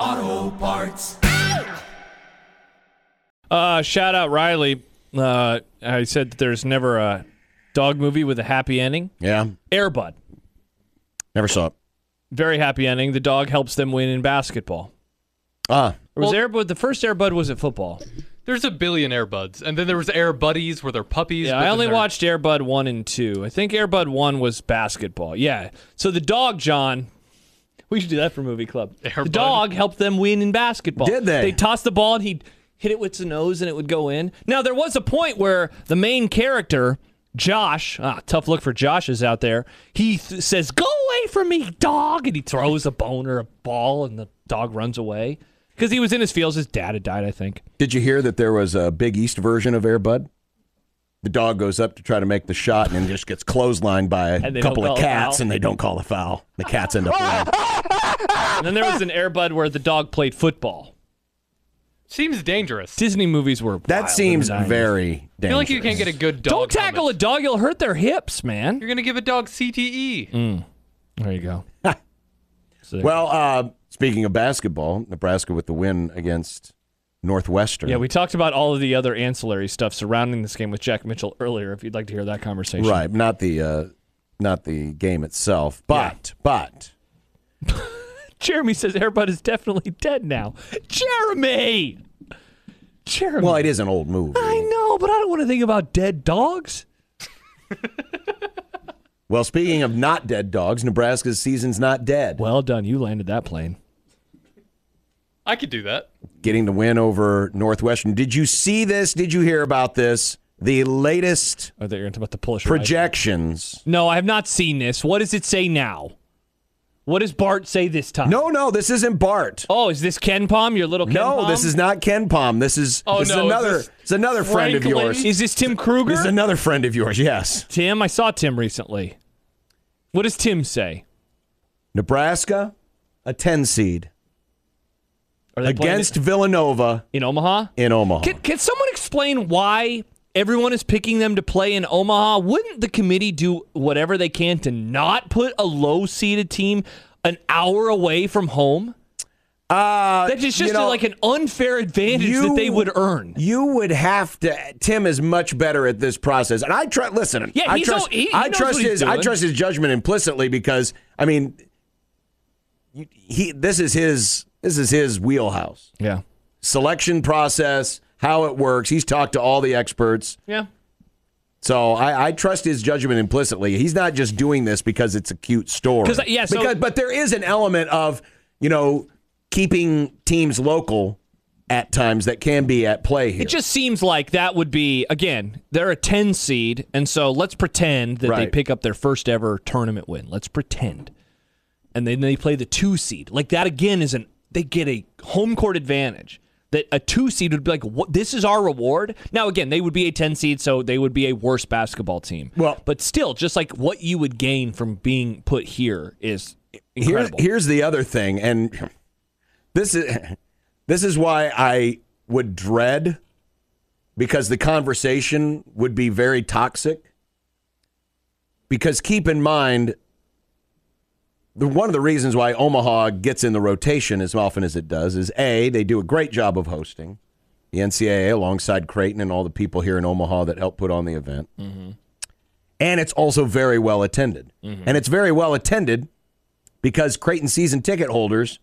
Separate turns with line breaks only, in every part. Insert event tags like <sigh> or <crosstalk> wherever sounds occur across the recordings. Auto Parts.
Uh, shout out Riley. Uh, I said that there's never a dog movie with a happy ending.
Yeah.
Airbud,
Never saw it.
very happy ending. The dog helps them win in basketball.
Ah,
Or was Airbud the first Airbud was at football?
There's a billion Airbuds, and then there was Air Buddies, where they're puppies.
Yeah,
but
I
then
only
they're-
watched Airbud one and two. I think Airbud one was basketball. Yeah. So the dog, John. We should do that for movie club. The
Airbud.
dog helped them win in basketball.
Did they?
They tossed the ball and he'd hit it with his nose and it would go in. Now there was a point where the main character, Josh, ah, tough look for Josh's out there. He th- says, "Go away from me, dog!" and he throws a bone or a ball, and the dog runs away because he was in his fields. His dad had died, I think.
did you hear that there was a Big East version of Air Bud? The dog goes up to try to make the shot and then just gets clotheslined by
And
a
they don't
couple
call
of
a
cats,
foul.
and they don't call a foul. The cats end up winning.
And then there was an Airbud where the dog played football.
Seems dangerous.
Disney movies were.
That seems very dangerous.
I feel like you can't get a good dog.
Don't tackle a
helmet.
dog; you'll hurt their hips, man.
You're gonna give a dog E. CTE.
Mm. There you go.
Well, uh, speaking of basketball, Nebraska with the win against Northwestern.
Yeah, we talked about all of the other ancillary stuff surrounding this game with Jack Mitchell earlier. If you'd like to hear that conversation,
right, not the uh, not the game itself, but but
Jeremy says Airbud is definitely dead now. Jeremy, Jeremy.
well, it is an old movie.
I know, but I don't want to think about dead dogs.
Well, speaking of not dead dogs, Nebraska's season's not dead.
Well done, you landed that plane.
I could do that.
Getting the win over Northwestern. Did you see this? Did you hear about this? The latest
Oh, that you're about to pull a
projections.
No, I have not seen this. What does it say now? What does Bart say this time?
No, no, this isn't Bart.
Oh, is this Ken Palm? Your little Ken
no,
Pom?
this is not Ken Palm. This is
Oh,
this is
no, is
another
this
it's another friend of
Franklin?
yours.
Is this Tim Kruger?
This is another friend of yours. Yes.
Tim, I saw Tim recently. What does Tim say?
Nebraska, a 10 seed
Are they playing
against Villanova
in Omaha?
in Omaha.
Can, can someone explain why everyone is picking them to play in Omaha? Wouldn't the committee do whatever they can to not put a low seeded team an hour away from home?
uh,
That is
you
just
know,
like an unfair advantage
you-
that they would earn.
You would have to. Tim is much better at this process, and I trust. Listen,
Yeah,
I
he's
trust.
all- he- he
I
knows
trust
what he's
his. I
doing.
trust his judgment implicitly because I mean, you- he. This is his. This is his wheelhouse.
Yeah.
Selection process, how it works. He's talked to all the experts,
Yeah.
so I, I trust his judgment implicitly. He's not just doing this because it's a cute story.
'Cause, yeah, so-
because but there is an element of you know keeping teams local at times that can be at play here.
It just seems like that would be again. They're a ten seed, and so let's pretend that they
Right.
pick up their first ever tournament win. Let's pretend, and then they play the two seed. Like that again is an they get a home court advantage. That a two seed would be like, what, this is our reward. Now again, they would be a ten seed, so they would be a worse basketball team.
Well-
but still, just like what you would gain from being put here is
Here's,
incredible.
here's the other thing, and this is this is why I would dread because the conversation would be very toxic. Because keep in mind, the, one of the reasons why Omaha gets in the rotation as often as it does is a they do a great job of hosting the NCAA alongside Creighton and all the people here in Omaha that help put on the event, and it's also very well attended, and it's very well attended because Creighton season ticket holders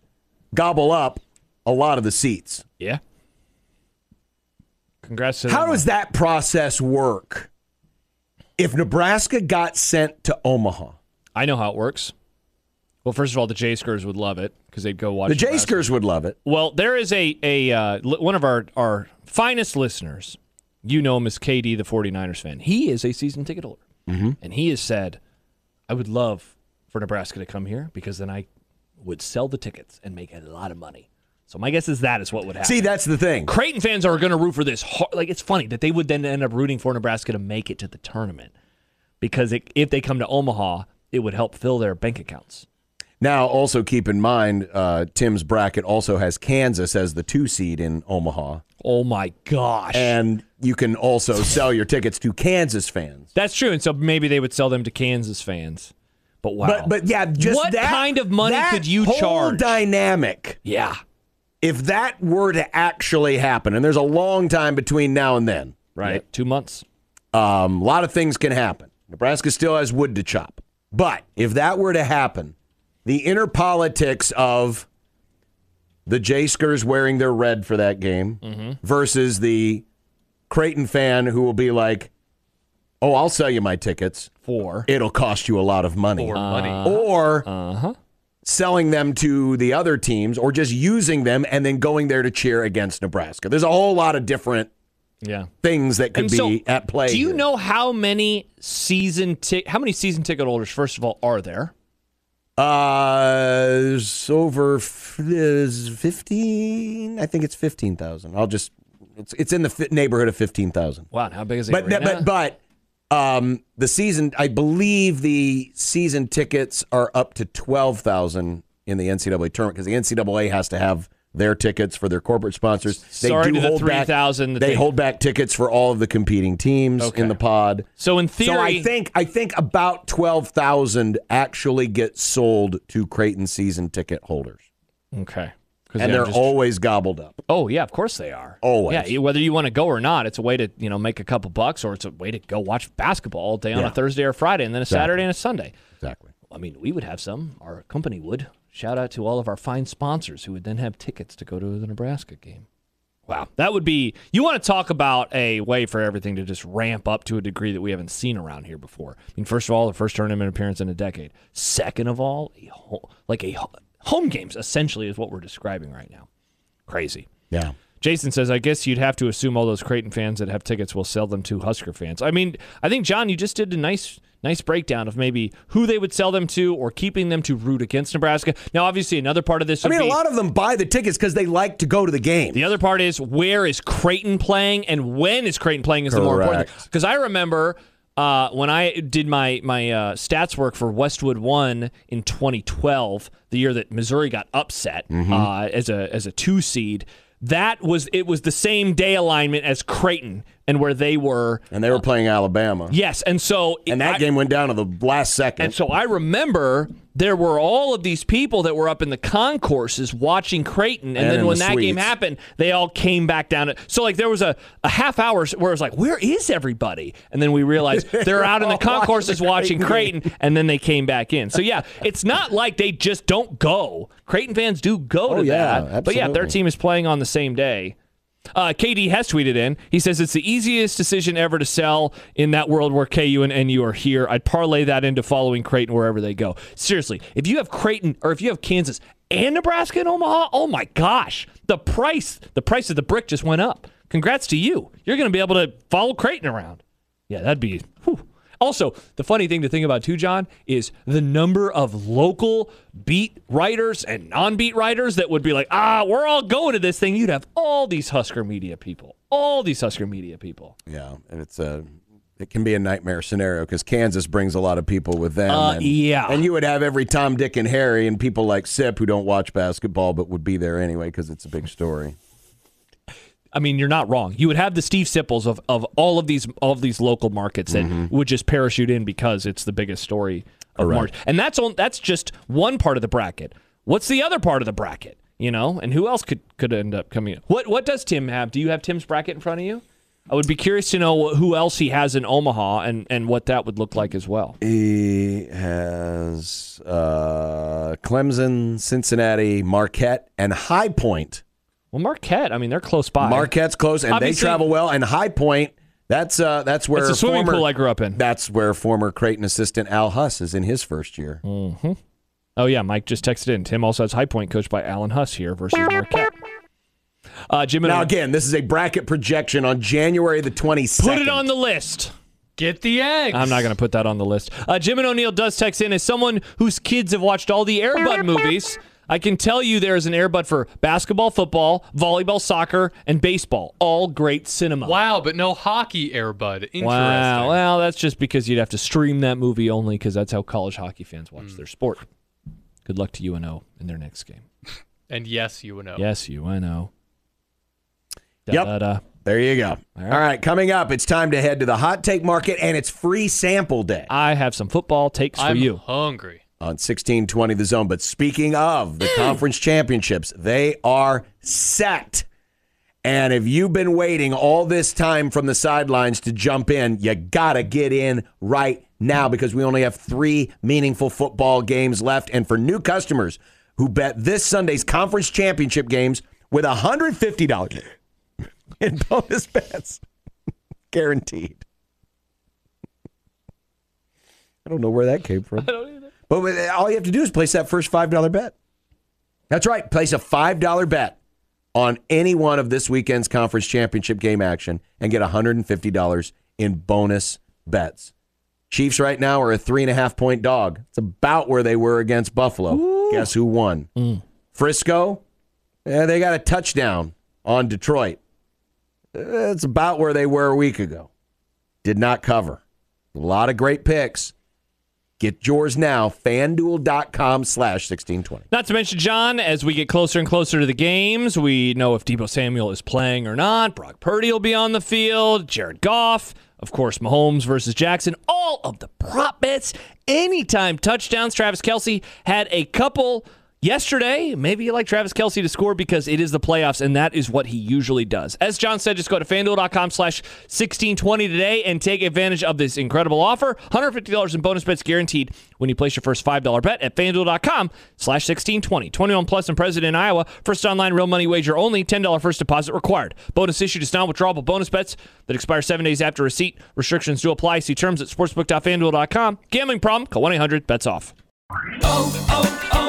gobble up a lot of the seats.
yeah. Congrats. To
How
them.
does that process work? If Nebraska got sent to Omaha,
I know how it works. Well, first of all, the J Skers would love it because they'd go watch
the J
Nebraska.
Skers would love it.
Well, there is a a uh, li- one of our our finest listeners. You know him as KD, the 49ers fan. He is a season ticket holder,
Mm-hmm.
and he has said, "I would love for Nebraska to come here because then I would sell the tickets and make a lot of money." So my guess is that is what would happen.
See, that's the thing.
Creighton fans are going to root for this. har- Like it's funny that they would then end up rooting for Nebraska to make it to the tournament because it, if they come to Omaha, it would help fill their bank accounts.
Now, also keep in mind, uh, Tim's bracket also has Kansas as the two seed in Omaha,
Oh my gosh,
and you can also
<laughs>
sell your tickets to Kansas fans.
that's true. And so maybe they would sell them to Kansas fans. But wow,
But but yeah, just
what
that-
kind of money
that
could you
whole
charge?
Dynamic.
yeah,
If that were to actually happen, and there's a long time between now and then, right?
Yeah, two months.
Um, a lot of things can happen. Nebraska still has wood to chop. But if that were to happen, the inner politics of the Jaskers wearing their red for that game versus the Creighton fan who will be like, oh, I'll sell you my tickets.
Four.
It'll cost you a lot of money. Uh,
Or money.
or
Uh-huh.
selling them to the other teams or just using them and then going there to cheer against Nebraska. There's a whole lot of different
Yeah.
things that could
And
be
so,
at play.
Do you
here.
know how many season ti- how many season ticket holders first of all are there?
Uh, it's over f- is fifteen. I think it's fifteen thousand. I'll just it's it's in the fi neighborhood of fifteen thousand.
Wow, how big is it?
But
right now?
but but um, the season I believe the season tickets are up to twelve thousand in the NCAA tournament because the NCAA has to have their tickets for their corporate sponsors. They
Sorry
do
to the
hold back-
3,000 that
They
they-
hold back tickets for all of the competing teams
Okay.
in the pod.
so in theory
So I think I think about twelve thousand actually get sold to Creighton season ticket holders,
Okay. 'Cause
and they're
just-
always gobbled up.
Oh yeah, of course they are.
Always.
Yeah, whether you want to go or not, it's a way to you know make a couple bucks, or it's a way to go watch basketball all day on
Yeah.
a Thursday or Friday, and then a Saturday and a Sunday.
Exactly.
I mean, we would have some. Our company would. Shout out to all of our fine sponsors who would then have tickets to go to the Nebraska game. Wow, that would be. You want to talk about a way for everything to just ramp up to a degree that we haven't seen around here before. I mean, first of all, the first tournament appearance in a decade. Second of all, a ho- like a ho- home games essentially is what we're describing right now. Crazy.
Yeah.
Jason says, I guess you'd have to assume all those Creighton fans that have tickets will sell them to Husker fans. I mean, I think John, you just did a nice nice breakdown of maybe who they would sell them to or keeping them to root against Nebraska. Now obviously another part of this
I
would
mean, a
be-
lot of them buy the tickets because they like to go to the game.
the other part is where is Creighton playing and when is Creighton playing is the more important.
Correct.
Because I remember uh, when I did my my uh, stats work for Westwood One in 2012, the year that Missouri got upset
Mm-hmm.
uh, as a as a two seed. That was it was the same day alignment as Creighton and where they were.
And they were playing Alabama.
Yes, and so
And that
I-
game went down to the last second.
and so I remember there were all of these people that were up in the concourses watching Creighton. And,
And in
then when
the
that game
suites.
happened, they all came back down. So, like, there was a, a half hour where it was like, where is everybody? And then we realized
<laughs>
they're out in the
all watching
concourses
the
watching
Creighton
Creighton. And then they came back in. So, yeah, it's not like they just don't go. Creighton fans do go
Oh,
to
yeah,
that. But yeah, their
absolutely.
team is playing on the same day. Uh, KD Hess tweeted in. He says it's the easiest decision ever to sell in that world where KU and NU are here. I'd parlay that into following Creighton wherever they go. Seriously, if you have Creighton or if you have Kansas and Nebraska and Omaha, oh my gosh, the price the price of the brick just went up. Congrats to you. You're going to be able to follow Creighton around. Yeah, that'd be. whew. Also, the funny thing to think about too, John, is the number of local beat writers and non-beat writers that would be like, "Ah, we're all going to this thing." You'd have all these Husker media people, all these Husker media people.
yeah. And it's a. It can be a nightmare scenario because Kansas brings a lot of people with them.
Uh,
and,
yeah.
and you would have every Tom, Dick, and Harry, and people like Sip who don't watch basketball but would be there anyway because it's a big story.
I mean, you're not wrong. You would have the Steve Sipples of, of all of these all of these local markets that would just parachute in because it's the biggest story of March. And that's on that's just one part of the bracket. What's the other part of the bracket? You know, and who else could could end up coming in? What what does Tim have? Do you have Tim's bracket in front of you? I would be curious to know who else he has in Omaha and and what that would look like as well.
He has uh, Clemson, Cincinnati, Marquette, and High Point.
Well, Marquette, I mean, they're close by.
Marquette's close, and they
Obviously-
travel well. And High Point, that's uh, that's where
That's the swimming
former,
pool I grew up in.
That's where former Creighton assistant Al Huss is in his first year.
Mm. Oh yeah, Mike just texted in. Tim also has High Point coached by Alan Huss here versus Marquette. Uh, Jim and
Now again, this is a bracket projection on January the twenty second.
Put it on the list.
Get the eggs.
I'm not going to put that on the list. Uh, Jim and O'Neill does text in as someone whose kids have watched all the Airbud movies. I can tell you there is an Airbud for basketball, football, volleyball, soccer, and baseball. All great cinema.
Wow, but no hockey Airbud. Interesting.
Wow. Well, that's just because you'd have to stream that movie only because that's how college hockey fans
Hmm.
watch their sport. Good luck to UNO in their next game.
And yes, you know.
Yes, UNO. Da,
Yep.
da, da.
There you go. All
right.
right. coming up, it's time to head to the hot take market, and it's free sample day
I have some football takes for
I'm
you.
hungry.
on 1620 The Zone. But speaking of the conference championships, they are set. And if you've been waiting all this time from the sidelines to jump in, you got to get in right now because we only have three meaningful football games left. And for new customers who bet this Sunday's conference championship games with $150 <laughs> in bonus bets, <laughs> guaranteed. I don't know where that came from. But with- all you have to do is place that first $5 bet. That's right. Place a $5 bet on any one of this weekend's conference championship game action and get $150 in bonus bets. Chiefs right now are a three and a half point dog. It's about where they were against Buffalo. Guess who won? Frisco? Yeah, they got a touchdown on Detroit. That's about where they were a week ago. Did not cover. A lot of great picks. Get yours now, fanduel.com slash 1620.
Not to mention, John, as we get closer and closer to the games, we know if Debo Samuel is playing or not. Brock Purdy will be on the field. Jared Goff, of course, Mahomes versus Jackson. All of the prop bets, anytime touchdowns. Travis Kelsey had a couple yesterday. Maybe you like Travis Kelsey to score because it is the playoffs, and that is what he usually does. As John said, just go to fanduel.com slash 1620 today and take advantage of this incredible offer. $150 in bonus bets guaranteed when you place your first $5 bet at fanduel.com slash 1620. 21 plus and present in Iowa. First online real money wager only. $10 first deposit required. Bonus issued is non-withdrawable bonus bets that expire seven days after receipt. Restrictions do apply. See terms at sportsbook.fanduel.com. Gambling problem? Call 1-800-BETS-OFF.
Oh, oh, oh,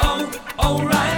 oh, oh, O'Reilly.